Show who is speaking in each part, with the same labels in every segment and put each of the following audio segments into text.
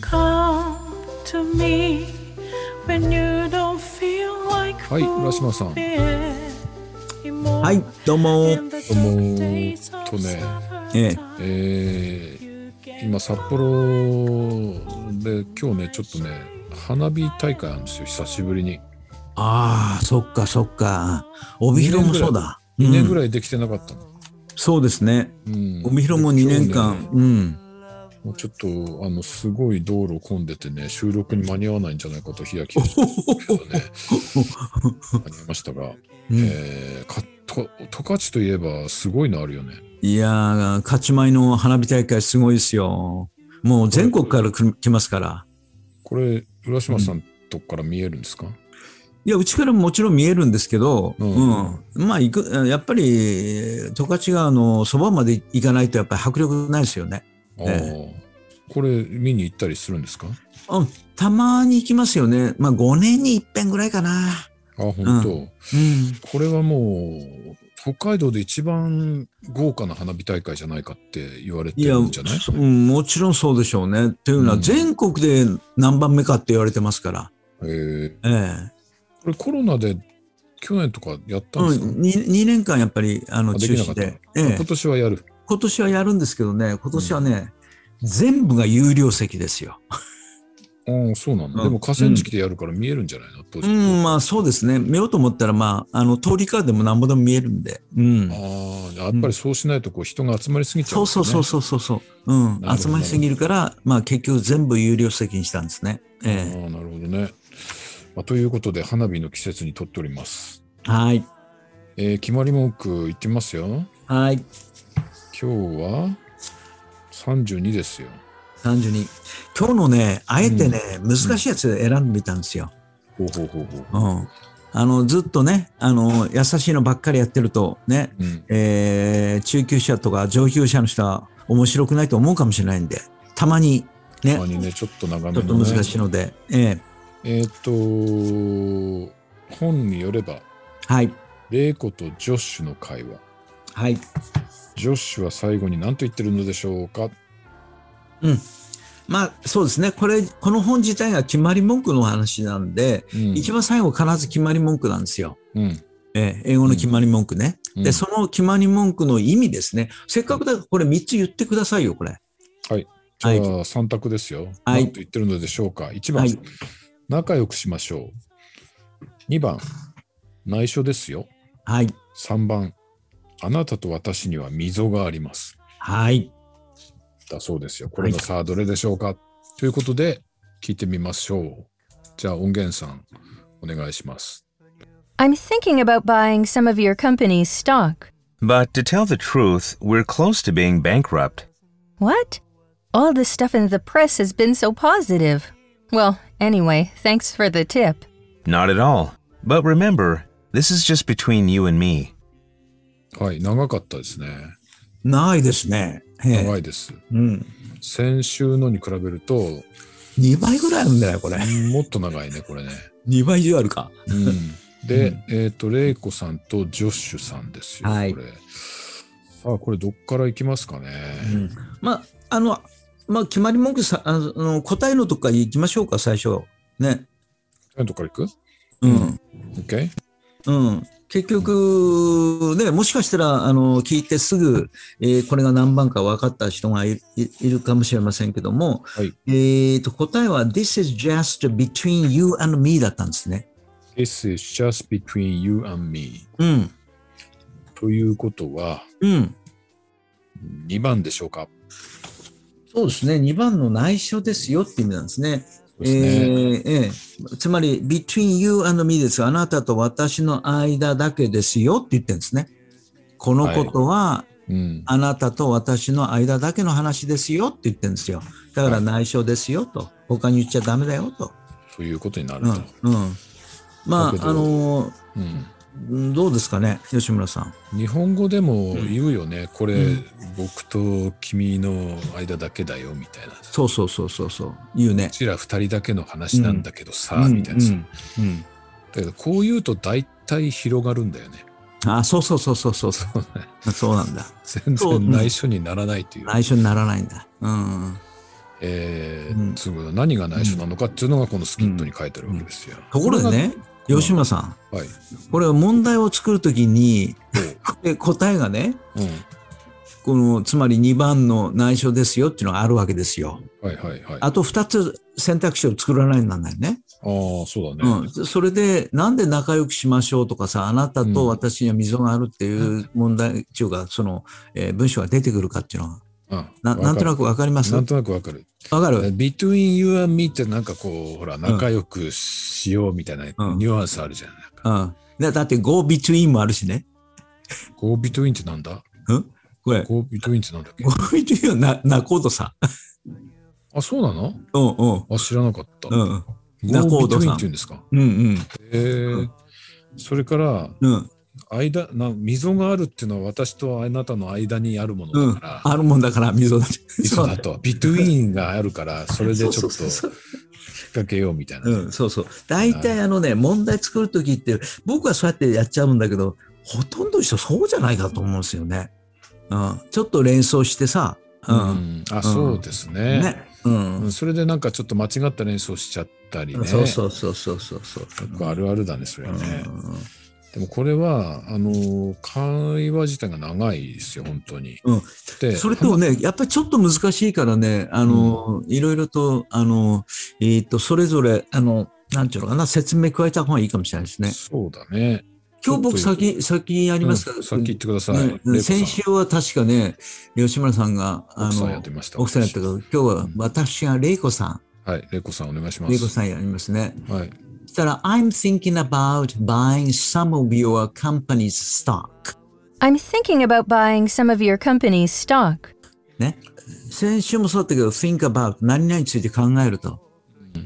Speaker 1: Come to me when you don't feel like
Speaker 2: はい浦島さん
Speaker 1: moving
Speaker 3: はい、どうも。
Speaker 1: ど
Speaker 2: うもとね
Speaker 3: え
Speaker 2: え
Speaker 3: え
Speaker 2: ー今札幌で今日ねちょっとね花火大会あるんですよ久しぶりに
Speaker 3: ああ、そっかそっか。帯広もそうだ。
Speaker 2: 2年ぐ
Speaker 3: い。
Speaker 2: らいできてなかったの、
Speaker 3: そうですね。
Speaker 2: うん
Speaker 3: 帯広も2年間。うん。
Speaker 2: もうちょっとあのすごい道路混んでてね収録に間に合わないんじゃないかと日焼けをしてたん ですけどねありましたが、
Speaker 3: うん
Speaker 2: えーかと十勝といえばすごいのあるよね
Speaker 3: いやー、勝ち前の花火大会すごいですよ。もう全国から来る来ますから。
Speaker 2: これ浦島さんとこから見えるんですか、
Speaker 3: いや、うちからももちろん見えるんですけど、
Speaker 2: う
Speaker 3: うんん。まあ、行く、やっぱり、十勝川のそばまで行かないとやっぱり迫力ないですよね。
Speaker 2: ああこれ見に行ったりするんですか
Speaker 3: うん。たまに行きますよね。まあ、5年に一遍ぐらいかな。
Speaker 2: あ本当、
Speaker 3: ううん。
Speaker 2: これはもう北海道で一番豪華な花火大会じゃないかって言われて
Speaker 3: いや、
Speaker 2: る
Speaker 3: うん
Speaker 2: じゃない
Speaker 3: んもちろんそうでしょうね。というのは、
Speaker 2: うん
Speaker 3: 全国で何番目かって言われてますから。
Speaker 2: えー
Speaker 3: え
Speaker 2: これコロナで去年とかやっ
Speaker 3: え
Speaker 2: たんですか、
Speaker 3: うん2、二年間やっぱりあ
Speaker 2: あ
Speaker 3: の
Speaker 2: で
Speaker 3: 中
Speaker 2: きなか
Speaker 3: 止
Speaker 2: った
Speaker 3: で、ええ
Speaker 2: 今年はやる。
Speaker 3: 今年はやるんですけどね、今年はね、全部が有料席ですよ。
Speaker 2: うん、そうなんだ、
Speaker 3: うん
Speaker 2: でも河川敷でやるから見えるんじゃないの当
Speaker 3: う
Speaker 2: 時。
Speaker 3: ん、まあそうですね。見ようと思ったら、まあ、あの通りからでも何ぼでも見えるんで。うん。
Speaker 2: ああ、やっぱりそうしないとこう人が集まりすぎちゃ、
Speaker 3: そううそうそう
Speaker 2: う。
Speaker 3: そうそうそう。うん
Speaker 2: なるほど。
Speaker 3: 集まりすぎるから、まあ結局全部有料席にしたんですね。
Speaker 2: ああ
Speaker 3: え、
Speaker 2: なるほどね。まあ、ということで、花火の季節にとっております。
Speaker 3: えはい。
Speaker 2: えー決まり文句いってみますよ。
Speaker 3: はい。
Speaker 2: 今日は32ですよ。
Speaker 3: 32今日のねあえてね、難しいやつ選んでみたんですよ、
Speaker 2: ほうほうほうほう。
Speaker 3: うん、あのずっとねあの優しいのばっかりやってるとね、
Speaker 2: うん、
Speaker 3: えー中級者とか上級者の人は面白くないと思うかもしれないんでたまにね
Speaker 2: たまにね、ちょっと長め
Speaker 3: ちょ
Speaker 2: の、
Speaker 3: っ
Speaker 2: ね。
Speaker 3: と難しいので、ええ
Speaker 2: えーっ、と、本によれば、
Speaker 3: はい
Speaker 2: 玲子とジョッシュの会話。
Speaker 3: はい
Speaker 2: ジョッシュは最後に何と言ってるのでしょうか
Speaker 3: まあそうですねこれこの本自体が決まり文句の話なんで、
Speaker 2: うん
Speaker 3: 一番最後必ず決まり文句なんですよ、
Speaker 2: うん。
Speaker 3: ええ英語の決まり文句ね、
Speaker 2: うん
Speaker 3: で、その決まり文句の意味ですね。せっかくだからこれ3つ言ってくださいよ、これ。
Speaker 2: じゃあ
Speaker 3: はい
Speaker 2: 3択ですよ。
Speaker 3: はい
Speaker 2: 何と言ってるのでしょうか ?1 番、
Speaker 3: はい。
Speaker 2: 仲良くしましょう。2番、内緒ですよ。
Speaker 3: はい。
Speaker 2: 3番、あなたと私には溝があります。
Speaker 3: はい。
Speaker 2: だそうですよ。これのさあどれでしょうか、ということで、聞いてみましょう。じゃあ音源さん、お願いします。
Speaker 4: I'm thinking about buying some of your company's stock.
Speaker 5: But to tell the truth, we're close to being bankrupt.
Speaker 4: What? All the stuff in the press has been so positive. Well, anyway, thanks for the tip.
Speaker 5: Not at all. But remember, this is just between you and me.
Speaker 2: はい、長かったですね。
Speaker 3: ないですね。ええ
Speaker 2: 長いです。
Speaker 3: うん。
Speaker 2: 先週のに比べると、
Speaker 3: 2倍ぐらいあるんだよ、これ。
Speaker 2: もっと長いね、これね。
Speaker 3: 2倍以上あるか。
Speaker 2: うん、で、えっ、と、レイコさんとジョッシュさんですよ、
Speaker 3: はい
Speaker 2: これ。さあ、これどっから行きますかね。
Speaker 3: うん。まあ、あの、まあ、決まり文句さ、あの、あの答えのとこから行きましょうか、最初。ね。
Speaker 2: 何とこから行く
Speaker 3: うん。
Speaker 2: ?OK?
Speaker 3: うん。結局、ね、もしかしたら、あの、聞いてすぐ、えーこれが何番か分かった人がいいいるかもしれませんけども、
Speaker 2: はい。
Speaker 3: えーと、答えは、This is just between you and me だったんですね。
Speaker 2: This is just between you and me.
Speaker 3: うん。
Speaker 2: ということは、
Speaker 3: うん。
Speaker 2: 2番でしょうか。
Speaker 3: そうですね。2番の内緒ですよって意味なんですね。
Speaker 2: そうですね。
Speaker 3: えーええつまり、between you and me です。あなたと私の間だけですよって言ってるんですね。このことは、
Speaker 2: うん。
Speaker 3: あなたと私の間だけの話ですよって言ってるんですよ。だから内緒ですよと。他に言っちゃダメだよと。
Speaker 2: ということになる
Speaker 3: う
Speaker 2: と。
Speaker 3: ん。うん。ま
Speaker 2: だ
Speaker 3: あ、
Speaker 2: けど
Speaker 3: あのー
Speaker 2: うん
Speaker 3: うんどうですかね、吉村さん。
Speaker 2: 日本語でも言うよね、これ、
Speaker 3: うん
Speaker 2: 僕と君の間だけだよみたいな。う
Speaker 3: そうそうそうそうそう。言うね。
Speaker 2: ちら二人だけの話なんだけどさ、みたいな
Speaker 3: う
Speaker 2: さ。
Speaker 3: んうん
Speaker 2: だけどこう言うと大体広がるんだよね。
Speaker 3: うんあ、そうそうそうそうそうそう。そうなんだ。
Speaker 2: 全
Speaker 3: そうう
Speaker 2: 然
Speaker 3: ん
Speaker 2: 内緒にならないという。
Speaker 3: 内緒にならないんだ。うん。
Speaker 2: えー
Speaker 3: うん
Speaker 2: つうことは何が内緒なのかっていうのがこのスキットに書いてあるわけですよ。
Speaker 3: ところでね、
Speaker 2: うん
Speaker 3: 吉村さん、
Speaker 2: はい。
Speaker 3: これ問題を作るときに、こ れ答えがね、
Speaker 2: うん。
Speaker 3: この、つまり2番の内緒ですよっていうのがあるわけですよ。
Speaker 2: はいはいはい。ああ
Speaker 3: あと2つ選択肢を作らないとなんないね。
Speaker 2: ー、そうだね。
Speaker 3: うん。それで、なんで仲良くしましょうとかさ、あなたと私には溝があるっていう問題っていうか、その、えー文章が出てくるかっていうのは、
Speaker 2: あ
Speaker 3: ななんとな
Speaker 2: く。
Speaker 3: くわかります
Speaker 2: な
Speaker 3: わ
Speaker 2: んとなくわかる。
Speaker 3: かる
Speaker 2: between you and me ってなんかこう、ほら、仲良くしようみたいなニュアンスあるじゃん。なんか
Speaker 3: うん。だだって、go between もあるしね。
Speaker 2: go between ってなんだ
Speaker 3: うんこれ、
Speaker 2: ?go between ってなんだっけ
Speaker 3: go between はな、なことさ。
Speaker 2: あ、そうなの
Speaker 3: うんうん。
Speaker 2: あ、知らなかった。
Speaker 3: う
Speaker 2: go
Speaker 3: ん
Speaker 2: between
Speaker 3: 仲人
Speaker 2: って
Speaker 3: さん
Speaker 2: 言うんですか
Speaker 3: うん
Speaker 2: へえ。それから、
Speaker 3: うん。うん。
Speaker 2: 間な溝があるっていうのは私とあなたの間にあるも
Speaker 3: う
Speaker 2: の
Speaker 3: ん
Speaker 2: だ。から、
Speaker 3: あるもんだから、溝だって。
Speaker 2: 溝だとビトゥインがあるからそれでちょっと
Speaker 3: そう
Speaker 2: 引
Speaker 3: そう
Speaker 2: っ
Speaker 3: そう
Speaker 2: 掛けようみたいな、
Speaker 3: うん、そうそう。大体あのね、問題作るときって、僕はそうやってやっちゃうんだけど、ほとんどの人そうじゃないかと思うんですよね。うん。ちょっと連想してさ、う
Speaker 2: うん
Speaker 3: ん。
Speaker 2: あそうですね,、
Speaker 3: ね。うん。
Speaker 2: うんそれでなんかちょっと間違った連想しちゃったりね
Speaker 3: そうそうそうそうそうそう。
Speaker 2: 結構あるあるだねそれ
Speaker 3: う
Speaker 2: は
Speaker 3: ん
Speaker 2: ね、でもこれはあの会話自体が長いですよ本当に、
Speaker 3: うん
Speaker 2: で
Speaker 3: それとね、やっぱりちょっと難しいからね、あの、いろいろと、あの、えっと、それぞれ、あの、なんていうのかな、説明加えた方がいいかもしれないですね。
Speaker 2: そうだね
Speaker 3: 今日僕
Speaker 2: ちょっと
Speaker 3: 先、先やりますから、
Speaker 2: うんさっき言ってください、
Speaker 3: ねうん
Speaker 2: 玲子さん
Speaker 3: 先週は確かね、吉村さんが、あ
Speaker 2: 奥さんやってました
Speaker 3: 奥さんやったけど、今日は私が玲子さ
Speaker 2: はい玲子さんお願いし
Speaker 3: ん、
Speaker 2: ま
Speaker 3: 玲子
Speaker 2: す
Speaker 3: さんやりますね。
Speaker 2: はい
Speaker 3: そしたら、I'm thinking about buying some of your company's stock.
Speaker 4: I'm thinking about buying some of your company's stock.
Speaker 3: ね。先週もそうだったけど、think about 何々について考えると。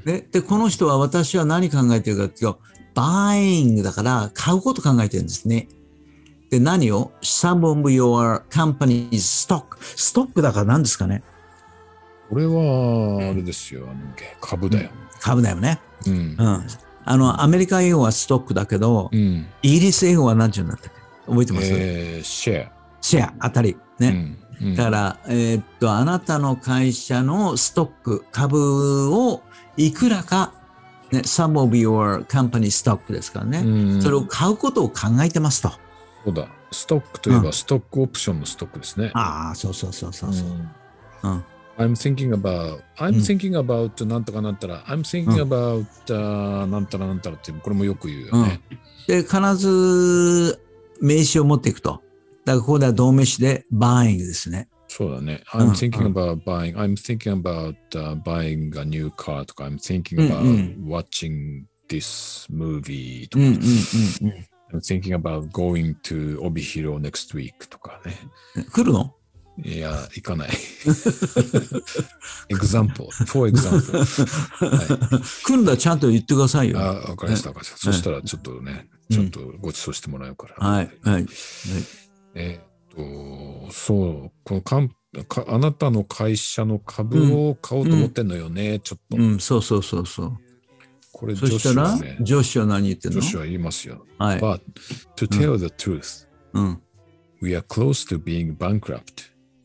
Speaker 3: ね、で、この人は私は何考えてるかっていうと、buying だから買うこと考えてるんですね。で、何を ?some of your company's stock。ストックだから何ですかね
Speaker 2: これはあれですよあの株だよ、
Speaker 3: 株だよね。
Speaker 2: うん
Speaker 3: う。ん。あの、アメリカ英語はストックだけど、
Speaker 2: うん。
Speaker 3: イギリス英語は何て言うんだったっけ覚えてます、
Speaker 2: えー、シェア。
Speaker 3: シェアあたり。
Speaker 2: う
Speaker 3: ね。
Speaker 2: ん。うん
Speaker 3: だから、えーっと、あなたの会社のストック、株をいくらか、ね、some of your company stock ですからね。
Speaker 2: うん
Speaker 3: それを買うことを考えてますと。
Speaker 2: そうだ。ストックといえ
Speaker 3: う
Speaker 2: ば、ストックオプションのストックですね。
Speaker 3: ああ、そうそうそうそうそう。
Speaker 2: うん
Speaker 3: うん。
Speaker 2: I'm thinking about, I'm thinking about なんとかなんたら、I'm thinking about、uh, なんたらなんたらって、これもよく言うよね。
Speaker 3: で、必ず名詞を持っていくと。だからここでは動名詞で buying ですね。
Speaker 2: そうだね。
Speaker 3: うん
Speaker 2: I'm thinking about buying, I'm thinking about、uh, buying a new car とか、I'm
Speaker 3: うん
Speaker 2: thinking
Speaker 3: う
Speaker 2: about watching this movie と
Speaker 3: うん
Speaker 2: か、
Speaker 3: うんうんう
Speaker 2: I'm thinking about going to 帯広 next week とかね。
Speaker 3: ん。来るの
Speaker 2: いや、行か ない。example, for example. はい
Speaker 3: 来るんだちゃんと言ってくださいよ。は
Speaker 2: あ、わかりました、わかりました。そしたら、ちょっとね、
Speaker 3: うん
Speaker 2: ちょっとご馳走してもらうから。
Speaker 3: い。はい。
Speaker 2: えーっと、そう、このかんか、あなたの会社の株を買おうと思ってんのよね、ちょっと
Speaker 3: う。ん、そうそうそうそう。
Speaker 2: これ、
Speaker 3: そ
Speaker 2: 女
Speaker 3: した
Speaker 2: 子は
Speaker 3: ら
Speaker 2: ね、、
Speaker 3: 上司は何言ってんの
Speaker 2: 女子は言いますよ。
Speaker 3: はい。
Speaker 2: But, to tell the truth,
Speaker 3: うん。
Speaker 2: we are close to being bankrupt.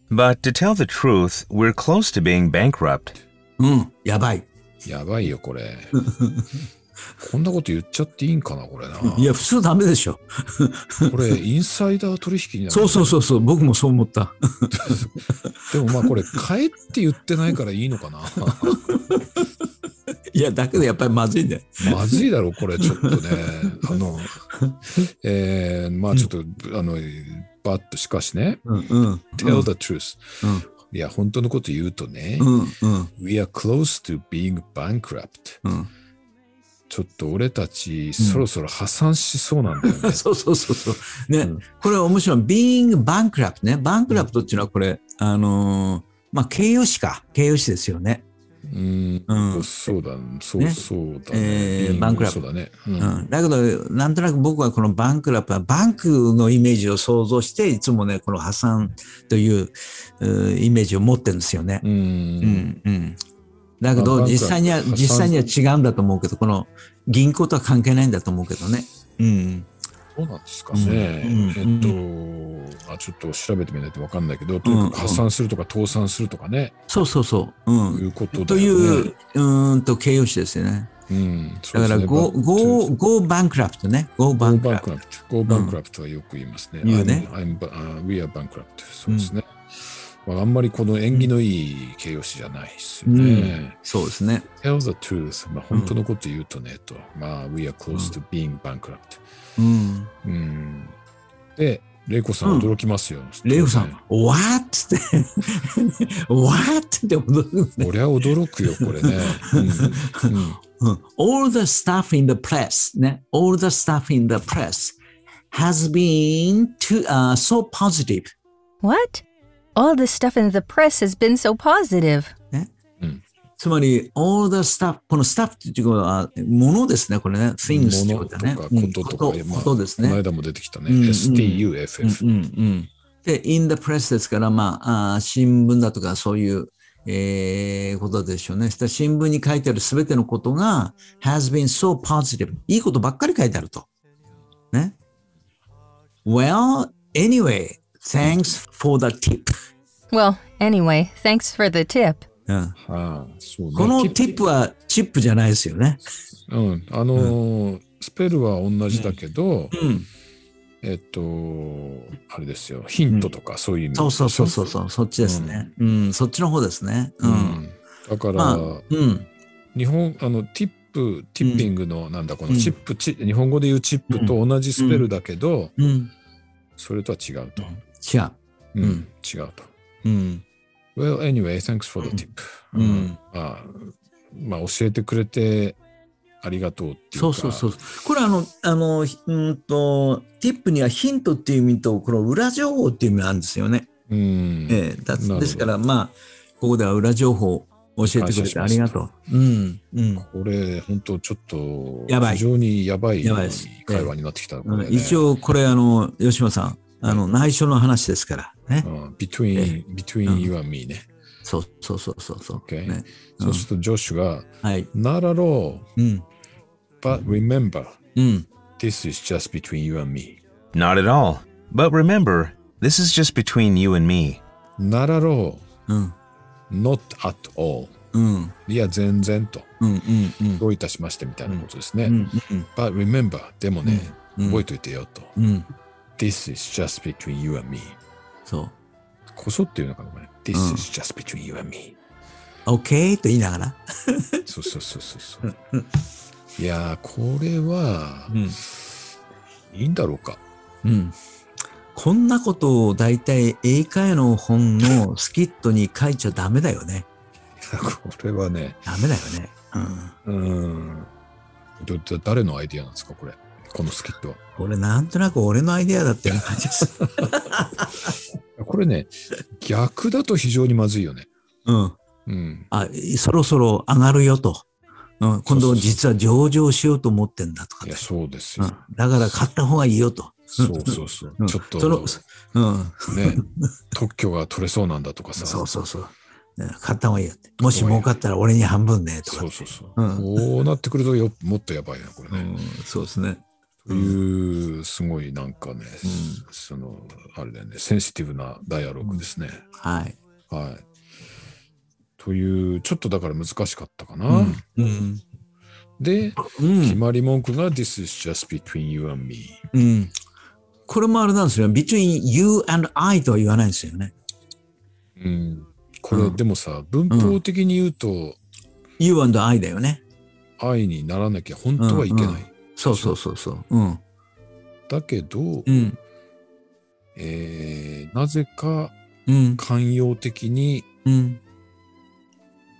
Speaker 5: But to tell the truth, we're close to being bankrupt.
Speaker 3: うん。やばい。
Speaker 2: やばいよ、こ れ。こんなこと言っちゃっていいんかな、これな。
Speaker 3: いや、普通ダメでしょ。
Speaker 2: これ、インサイダー取引になる。
Speaker 3: そうそうそうそう。僕もそう思った。
Speaker 2: でもまあこれ、買えって言ってないからいいのか な。
Speaker 3: いや、だけどやっぱりまずいんだよ。
Speaker 2: まずいだろ、これ、ちょっと ね。あの、えー、まあちょっと、あの、バッとしかしね、
Speaker 3: うんうん。
Speaker 2: tell the truth、
Speaker 3: うん
Speaker 2: いや、本当のこと言うとね、
Speaker 3: うんうん。
Speaker 2: we are close to being bankrupt。
Speaker 3: うん。
Speaker 2: ちょっと俺たち、そろそろ破産しそうなんだよね。
Speaker 3: そうそうそうそう。ね、これ面白い。being bankrupt ね。bankrupt っていうのはこれ、あのーまあ、形容詞か。形容詞ですよね。
Speaker 2: うん、
Speaker 3: うん
Speaker 2: そうだ、そう、
Speaker 3: ね
Speaker 2: そうだね。
Speaker 3: えー
Speaker 2: うん
Speaker 3: bankrupt
Speaker 2: そうだね。うん
Speaker 3: うん、だけど、なんとなく僕はこのバンクラップは、バンクのイメージを想像して、いつもね、この破産といううイメージを持ってるんですよね
Speaker 2: う。ん
Speaker 3: うん、うん。
Speaker 2: まあ
Speaker 3: だけ
Speaker 2: バ
Speaker 3: ど、
Speaker 2: ンクラップ
Speaker 3: 実際には、
Speaker 2: 破産
Speaker 3: 実際には違うんだと思うけど、この銀行とは関係ないんだと思うけどね。うん。
Speaker 2: どうなんですかね。
Speaker 3: うん
Speaker 2: えっと、まあ、ちょっと調べてみないとわかんないけど、とにかく破産するとか倒産するとかね、
Speaker 3: そうそうそう。う
Speaker 2: い
Speaker 3: ん。
Speaker 2: うこと
Speaker 3: と
Speaker 2: だ
Speaker 3: いう
Speaker 2: よね。、
Speaker 3: うーんと形容詞ですよね。
Speaker 2: うん、そ
Speaker 3: だ
Speaker 2: う
Speaker 3: か
Speaker 2: ですね
Speaker 3: ら、go, go, go bankrupt ね。go
Speaker 2: バン
Speaker 3: bankrupt
Speaker 2: バンクラプト。Go bankrupt はよく言いますね。
Speaker 3: 言うね
Speaker 2: I'm, I'm, uh, we are bankrupt. そうですね。まあ、あんまりこの縁起のいい形容詞じゃないですよね。
Speaker 3: そうですね。
Speaker 2: Tell the truth. まあ、本当のこと言うとね、と。まあ、we are close to being bankrupt.
Speaker 3: うん。
Speaker 2: うん。で、レイコさん驚きますよ。
Speaker 3: レイフさん、what? って、what? って驚くね。
Speaker 2: 俺は驚くよ、これね。 うんうん
Speaker 3: うん All the stuff in the press, ね。All the stuff in the press has been to, uh, so positive.
Speaker 4: What? All this stuff in the press has been so positive.
Speaker 3: つまり、all the stuff, この stuff っていうのは、ものですね、これね。things ってい
Speaker 2: 物
Speaker 3: うことと
Speaker 2: か
Speaker 3: ね。
Speaker 2: こととか
Speaker 3: うん、
Speaker 2: ま
Speaker 3: こ
Speaker 2: あ
Speaker 3: とですね。
Speaker 2: この間も出てきたね。
Speaker 3: うんうん
Speaker 2: STUFF。
Speaker 3: うんうん、で、in the press ですから、まあ、あー新聞だとかそういう、えーことでしょうね。そしたら新聞に書いてあるすべてのことが、has been so positive。いいことばっかり書いてあると。ね。Well, anyway, thanks for the tip.
Speaker 4: Well, anyway, thanks for the tip.
Speaker 3: うん
Speaker 2: ああ、そうね
Speaker 3: この
Speaker 2: き
Speaker 3: tip はチップじゃないですよね。
Speaker 2: うん、あのースペルは同じだけど、
Speaker 3: うん。
Speaker 2: えっと、あれですよ、ヒントとかそういう意味、
Speaker 3: そうそうそうそうそう、そっちですね。うん、そっちの方ですね。う。
Speaker 2: うんん。だから、
Speaker 3: まあ、うん。
Speaker 2: 日本、あの、ティップ、ティッピングの、なんだ、この
Speaker 3: うん
Speaker 2: チップ、チ日本語で言うチップと同じスペルだけど、
Speaker 3: うん。
Speaker 2: それとは違うと。
Speaker 3: 違う。
Speaker 2: うん、
Speaker 3: うん
Speaker 2: 違うと。
Speaker 3: うん。
Speaker 2: Well, anyway, thanks for the tip.
Speaker 3: うんうん
Speaker 2: まあ、まあ、教えてくれてありがとうっていう
Speaker 3: そ
Speaker 2: か。
Speaker 3: うそうそう。これあの、あの、ひうんと、ティップにはヒントっていう意味と、この裏情報っていう意味があるんですよね。
Speaker 2: うん。
Speaker 3: ええだ
Speaker 2: なるほど
Speaker 3: ですから、まあ、ここでは裏情報を教えてくれてありがとう。うん。うん。
Speaker 2: これ、本当ちょっと、
Speaker 3: やばい
Speaker 2: 非常にやばい
Speaker 3: やばいです
Speaker 2: 会話になってきた。こ
Speaker 3: う
Speaker 2: れ
Speaker 3: ん
Speaker 2: ね
Speaker 3: 一、応、これ、あの、吉野さん、あの、内緒の話ですから。ね
Speaker 2: う。ん between, between you and me ね。
Speaker 3: そうそうそうそうそう。
Speaker 2: Okay
Speaker 3: ねう
Speaker 2: そ
Speaker 3: ん
Speaker 2: うすると、ジョシュが、
Speaker 3: はい。
Speaker 2: Not at all,
Speaker 3: うん。
Speaker 2: but remember,
Speaker 3: うん。
Speaker 2: this is just between you and me.
Speaker 5: Not at all. But remember, this is just between you and me.
Speaker 2: Not at all,
Speaker 3: うん。
Speaker 2: not at all.
Speaker 3: うん。
Speaker 2: いや、全然と。
Speaker 3: うん。うん。うん。
Speaker 2: どういたしましてみたいなことですね。
Speaker 3: うん。うん。
Speaker 2: But remember, でもね、覚えといてよと。
Speaker 3: うん。
Speaker 2: This is just between you and me.
Speaker 3: そう。
Speaker 2: こそっていうのかな、これ This is just between you and me.
Speaker 3: OK? と言いながら。
Speaker 2: そうそうそうそうそう。いやー、これは、
Speaker 3: ん
Speaker 2: いいんだろう か。
Speaker 3: うん。こんなことを大体英会話の本のスキットに書いちゃダメだよね。
Speaker 2: これはね、
Speaker 3: ダメだよね。うん。
Speaker 2: うーん。どど誰のアイディアなんですか、これ。このスキットは。
Speaker 3: これなんとなく俺のアイデアだったような感じです。
Speaker 2: これね、逆だと非常にまずいよね。
Speaker 3: うん。
Speaker 2: うん。
Speaker 3: あ、そろそろ上がるよと。うん。今
Speaker 2: そうそうそう
Speaker 3: 度実は上場しようと思ってんだとか
Speaker 2: い
Speaker 3: ね
Speaker 2: や、。そうです
Speaker 3: う
Speaker 2: よ。
Speaker 3: ん。だから買った方がいいよと。
Speaker 2: そうそうそう。
Speaker 3: うん
Speaker 2: ちょっと、
Speaker 3: その、うん。
Speaker 2: ね、 特許が取れそうなんだとかさ。
Speaker 3: そうそうそう。うん買った方がいいよって。もし儲かったら俺に半分ねとか
Speaker 2: そう。そうそう。
Speaker 3: うん
Speaker 2: こうなってくるとよ、もっとやばいな、これ
Speaker 3: う
Speaker 2: ね。
Speaker 3: ん。そうですね。
Speaker 2: という、すごいなんかね、その、あれだよね、センシティブなダイアログですね。
Speaker 3: はい。
Speaker 2: はい。という、ちょっとだから難しかったかな。
Speaker 3: うん。
Speaker 2: で、
Speaker 3: うん
Speaker 2: 決。まり文句が This is just between you and me。
Speaker 3: うん。これもあれなんですよ。between you and I とは言わないんですよね。
Speaker 2: うん、これ、
Speaker 3: うん
Speaker 2: でもさ、文法的に言うと、
Speaker 3: you and I だよね。
Speaker 2: 愛にならなきゃ本当はいけない。
Speaker 3: うんそうそうそうそう。うん。
Speaker 2: だけど、
Speaker 3: うん。
Speaker 2: えーなぜか
Speaker 3: うん。
Speaker 2: 寛容的に
Speaker 3: うん。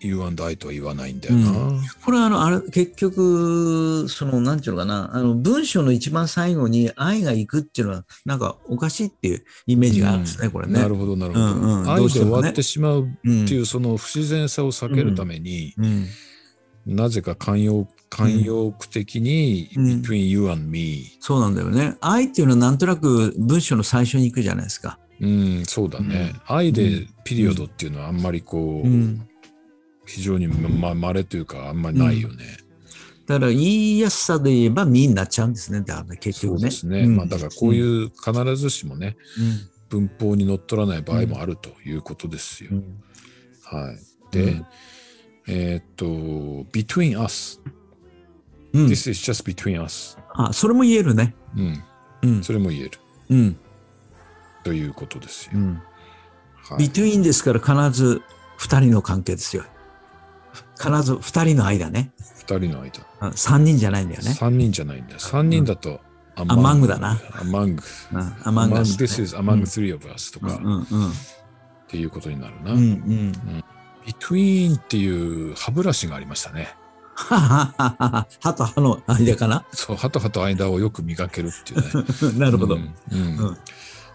Speaker 2: You and I とは言わないんだよな。
Speaker 3: これはあの、あれ、結局、その、なんていうのかな、あの、文章の一番最後に愛が行くっていうのは、なんかおかしいっていうイメージがあるんですね、これね。
Speaker 2: なるほど、なるほど。
Speaker 3: うんうんど
Speaker 2: 愛
Speaker 3: う
Speaker 2: で
Speaker 3: して
Speaker 2: 終
Speaker 3: もね
Speaker 2: わってしまうって
Speaker 3: うん
Speaker 2: いうその不自然さを避けるために、
Speaker 3: うん。
Speaker 2: なぜか寛容、寛容句的に、
Speaker 3: うん
Speaker 2: between you and me。
Speaker 3: そうなんだよね。愛っていうのはなんとなく文章の最初に行くじゃないですか。
Speaker 2: うん、そうだね。愛でピリオドっていうのはあんまりこう、
Speaker 3: うん。
Speaker 2: 非常にまま稀というかあんまりないよね。
Speaker 3: だだから言いやすさで言えばみになっちゃうんですね。だからね結
Speaker 2: そ
Speaker 3: 局
Speaker 2: う
Speaker 3: ね。
Speaker 2: ですね。
Speaker 3: うん
Speaker 2: まあ、だからこういう必ずしもね、文法にのっとらない場合もあるということですよ。
Speaker 3: うんうん
Speaker 2: はい。で、
Speaker 3: うん
Speaker 2: えーっと、between us.
Speaker 3: うん
Speaker 2: This is just between us.
Speaker 3: あ、それも言えるね。
Speaker 2: うん。
Speaker 3: うん。
Speaker 2: それも言える
Speaker 3: うん。
Speaker 2: ということです
Speaker 3: う
Speaker 2: よ。
Speaker 3: ん。
Speaker 2: はい。
Speaker 3: between ですから必ず二人の関係ですよ。必ず二人の間ね。
Speaker 2: 二人の間。
Speaker 3: うん三人じゃないんだよね。
Speaker 2: 三人じゃないんだよ。三人だと、ア
Speaker 3: アマングだな。
Speaker 2: アマング。
Speaker 3: うん。アマンガス、ね。
Speaker 2: This is among three of us と
Speaker 3: う
Speaker 2: か
Speaker 3: んうん
Speaker 2: っていうことになるな。
Speaker 3: うん。うん。
Speaker 2: between っていう歯ブラシがありましたね。
Speaker 3: はははは。歯と歯の間かな
Speaker 2: そう、歯と歯と間をよく磨けるっていうね。
Speaker 3: なるほど。
Speaker 2: うんうん
Speaker 3: うん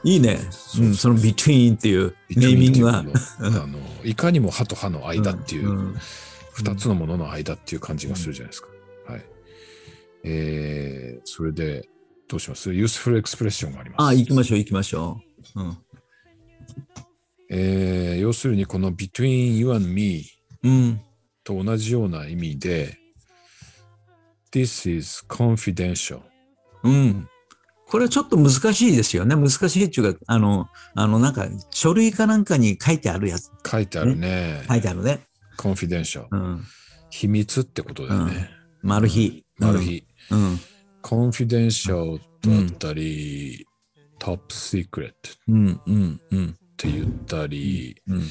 Speaker 3: いいね。
Speaker 2: う
Speaker 3: うん、その between っていうネーミングは。
Speaker 2: あ のいかにも歯と歯の間っていう、
Speaker 3: うん
Speaker 2: 二つのものの間っていう感じがするじゃないですか。はい。えー、それで、どうします ?useful expression があります。
Speaker 3: あ、行きましょう、行きましょう。うん。
Speaker 2: えー要するにこの between you and me
Speaker 3: うん。
Speaker 2: と同じような意味で、this is confidential.
Speaker 3: うん。これはちょっと難しいですよね。難しいっていうか、あの、あの、なんか、書類かなんかに書いてあるやつ、
Speaker 2: 書いてあるね。
Speaker 3: 書いてあるね。
Speaker 2: confidential。
Speaker 3: うん。
Speaker 2: 秘密ってことだよね。
Speaker 3: マル秘。
Speaker 2: マルヒ。
Speaker 3: うん。
Speaker 2: confidential だったり、top secret っ
Speaker 3: うん。うん。うん。
Speaker 2: て言ったり、
Speaker 3: うん。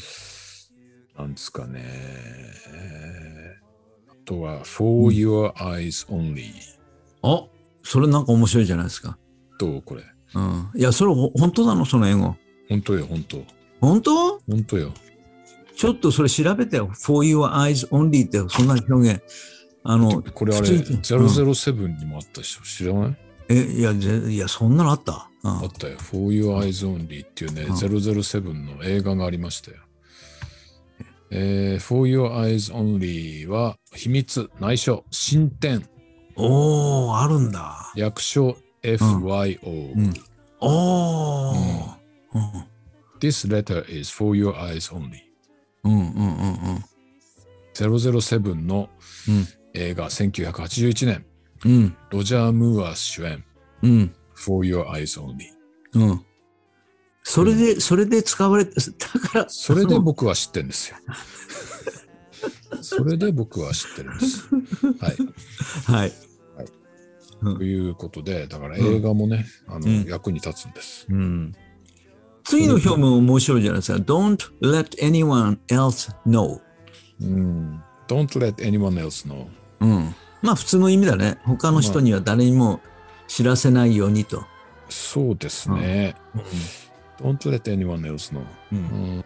Speaker 2: なんですかね。えーあとは、for your eyes only。
Speaker 3: あ、それなんか面白いじゃないですか。
Speaker 2: どうこれ。
Speaker 3: うん。いや、それほ本当なのその英語。
Speaker 2: 本当よ、本当。
Speaker 3: 本当
Speaker 2: 本当よ。
Speaker 3: ちょっとそれ調べてよ。for your eyes only って、そんな表現。あの、
Speaker 2: これあれ、
Speaker 3: 普通に
Speaker 2: 007にもあったでしょ。知らない
Speaker 3: え、いや、ぜいや、そんなのあった。う
Speaker 2: あ
Speaker 3: ん
Speaker 2: っ。たよ。For Your Eyes Only っていうね、
Speaker 3: うん
Speaker 2: 007の映画がありましたよ。えー For Your Eyes Only は秘密、内緒、進展、
Speaker 3: おー、あるんだ。
Speaker 2: 略称 FYO、
Speaker 3: うんおー。うん
Speaker 2: This letter is for your eyes only.
Speaker 3: うんうんうんうん。
Speaker 2: 007の
Speaker 3: うん
Speaker 2: 映画、1981年、
Speaker 3: うん
Speaker 2: ロジャー・ムーア主演、
Speaker 3: うん。
Speaker 2: For Your Eyes Only。
Speaker 3: うん。それで、それで使われて、だから、
Speaker 2: それ で
Speaker 3: の
Speaker 2: 僕は知ってるんですよ。 それで僕は知ってるんです。はい。
Speaker 3: はい。
Speaker 2: ということで、だから映画もね、あの、
Speaker 3: うん
Speaker 2: 役に立つんです。
Speaker 3: うん。次の表も面白いじゃないですか。Don't let anyone else know.
Speaker 2: うん。Don't let anyone else know.
Speaker 3: うん。まあ普通の意味だね。他の人には誰にも知らせないようにと。
Speaker 2: そうですね。Don't let anyone else know.
Speaker 3: う
Speaker 2: うんん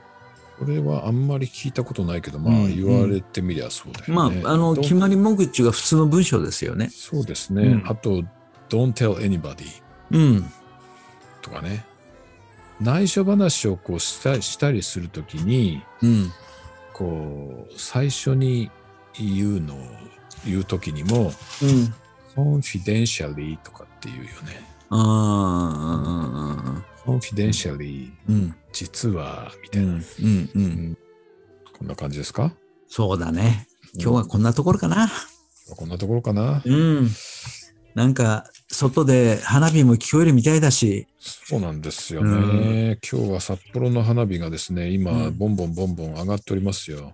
Speaker 2: これはあんまり聞いたことないけど、まあ
Speaker 3: うん
Speaker 2: 言われてみりゃそうだ
Speaker 3: ま
Speaker 2: よね。
Speaker 3: あ、あの、
Speaker 2: Don't-
Speaker 3: 決まり文句っていうか普通の文章ですよね。
Speaker 2: そうですね
Speaker 3: う。ん
Speaker 2: あと、Don't tell anybody
Speaker 3: うん。
Speaker 2: とかね。内緒話をこうしたしたりするときに、
Speaker 3: うん。
Speaker 2: こう、最初に言うのを言うときにも、
Speaker 3: うん。
Speaker 2: confidentially とかっていうよね。
Speaker 3: ああ。
Speaker 2: confidentially
Speaker 3: うん。
Speaker 2: 実はみた
Speaker 3: う
Speaker 2: いな、
Speaker 3: ん。うん。うん。
Speaker 2: こんな感じですか
Speaker 3: そうだね。今日はこんなところかな。
Speaker 2: こんなところかな、
Speaker 3: うん。なんか、外で花火も聞こえるみたいだし、
Speaker 2: そうなんですよ
Speaker 3: う
Speaker 2: ね。今日は札幌の花火がですね、今、
Speaker 3: うん
Speaker 2: ボンボンボンボン上がっておりますよ。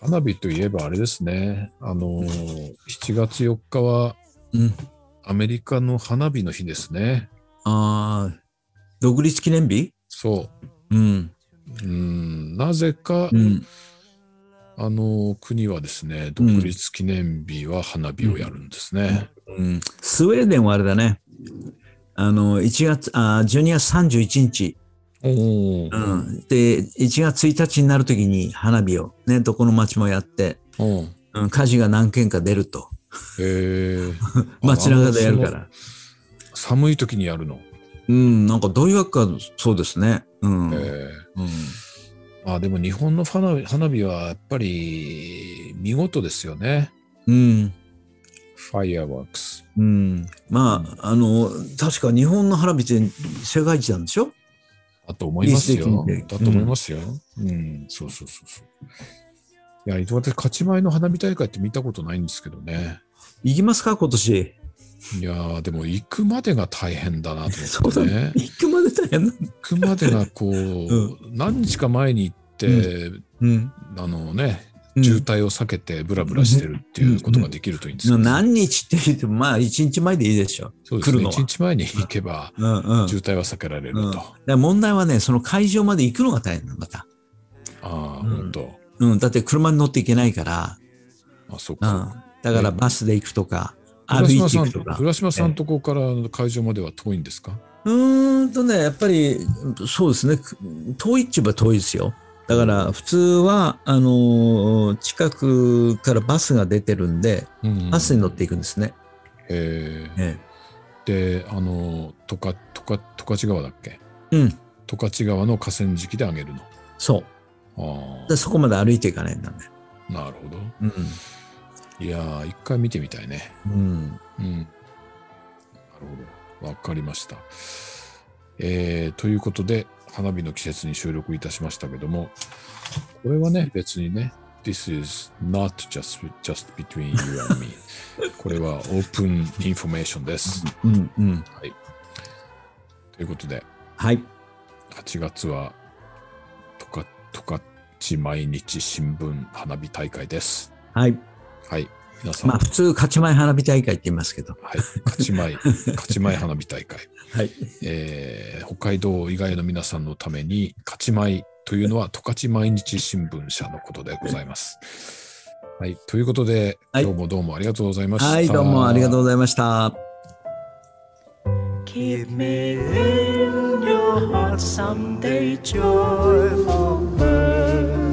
Speaker 2: 花火といえばあれですね、あのー、7月4日は
Speaker 3: うん。うん。
Speaker 2: アメリカの花火の日ですね。
Speaker 3: ああ、独立記念日
Speaker 2: そ
Speaker 3: うん。
Speaker 2: う。うん、なぜか、
Speaker 3: うん。
Speaker 2: あのー、国はですね、独立記念日は花火をやるんですね。
Speaker 3: うん、スウェーデンはあれだね。あの、1月、あー12月31日。
Speaker 2: お
Speaker 3: う
Speaker 2: ー
Speaker 3: ん。で、1月1日になるときに花火を、ね、どこの町もやって、
Speaker 2: うん。
Speaker 3: うん、火事が何件か出ると。
Speaker 2: へー
Speaker 3: 街中でやるから。
Speaker 2: 寒い時にやるの。
Speaker 3: うん、なんかどういうわけか、そうですね。うん。
Speaker 2: え
Speaker 3: うん
Speaker 2: ーあでも日本の花火花火はやっぱり見事ですよね。
Speaker 3: うん。
Speaker 2: ファイアワークス。
Speaker 3: うん、まあ、あの、確か日本の花火って世界一なんでしょ
Speaker 2: だと思いますよ
Speaker 3: いい指摘。
Speaker 2: だと思いますよ。うん、そうそうそうそう。いや、私、勝ち前の花火大会って見たことないんですけどね。
Speaker 3: 行きますか、今年。
Speaker 2: いやー、でも行くまでが大変だなと思っ
Speaker 3: そ
Speaker 2: て
Speaker 3: うだ
Speaker 2: ね。
Speaker 3: 行くまで大変なんだ。
Speaker 2: 行くまでが こう、何日か前に行って、
Speaker 3: うん。
Speaker 2: あのね、
Speaker 3: うん
Speaker 2: 渋滞を避けてブラブラしてるっていうことができるといいんですけど、
Speaker 3: 何日って言っても、まあ、一日前でいいでしょ。
Speaker 2: そうです
Speaker 3: 来る
Speaker 2: ね。
Speaker 3: のは
Speaker 2: 一日前に行けば、
Speaker 3: うんうん。
Speaker 2: 渋滞は避けられる
Speaker 3: うん、
Speaker 2: と
Speaker 3: だ。から問題はね、その会場まで行くのが大変なの、また。
Speaker 2: ああ、
Speaker 3: うん
Speaker 2: 本当。
Speaker 3: うん、だって車に乗っていけないから、
Speaker 2: あ、そっ
Speaker 3: う
Speaker 2: か。
Speaker 3: ん。だからバスで行くとか、
Speaker 2: 浦
Speaker 3: 歩
Speaker 2: 島
Speaker 3: いて
Speaker 2: さ
Speaker 3: い
Speaker 2: ん、
Speaker 3: くとか。
Speaker 2: 浦島さんとこから会場までは遠いんですか
Speaker 3: うーんとね、やっぱり、そうですね、く遠いっちゅえば遠いですよ。だから、普通は、あのー近くからバスが出てるんで、
Speaker 2: うん
Speaker 3: バスに乗っていくんですね。
Speaker 2: ええ
Speaker 3: え
Speaker 2: で、あの、とか、とか、十勝川だっけ
Speaker 3: えうん、
Speaker 2: 十勝川の河川敷であげるの。
Speaker 3: そう。
Speaker 2: あ
Speaker 3: でそこまで歩いていかないんだね。
Speaker 2: あ、なるほど。
Speaker 3: うん。
Speaker 2: いやー、一回見てみたいね。
Speaker 3: うん。
Speaker 2: うん。なるほど。わかりました。えーということで、花火の季節に収録いたしましたけども、これはね、別にね、This is not just, just between you and me. これはオープンインフォメーションです。
Speaker 3: うん。うん。
Speaker 2: はい。ということで、
Speaker 3: はい。
Speaker 2: 8月は、とか、とかち毎日新聞花火大会です。
Speaker 3: はい。
Speaker 2: はい。皆さん、
Speaker 3: まあ、普通、勝ち前花火大会って言いますけど。
Speaker 2: はい、勝ち 前、勝ち前花火大会。
Speaker 3: はい。
Speaker 2: えー北海道以外の皆さんのために、勝ち米というのは、十勝毎日新聞社のことでございます。はい、ということで、
Speaker 3: はい
Speaker 2: 今日もどうもありがとうございました。
Speaker 3: はい、どうもありがとうございました。
Speaker 1: Keep me in your heart someday, joyful world.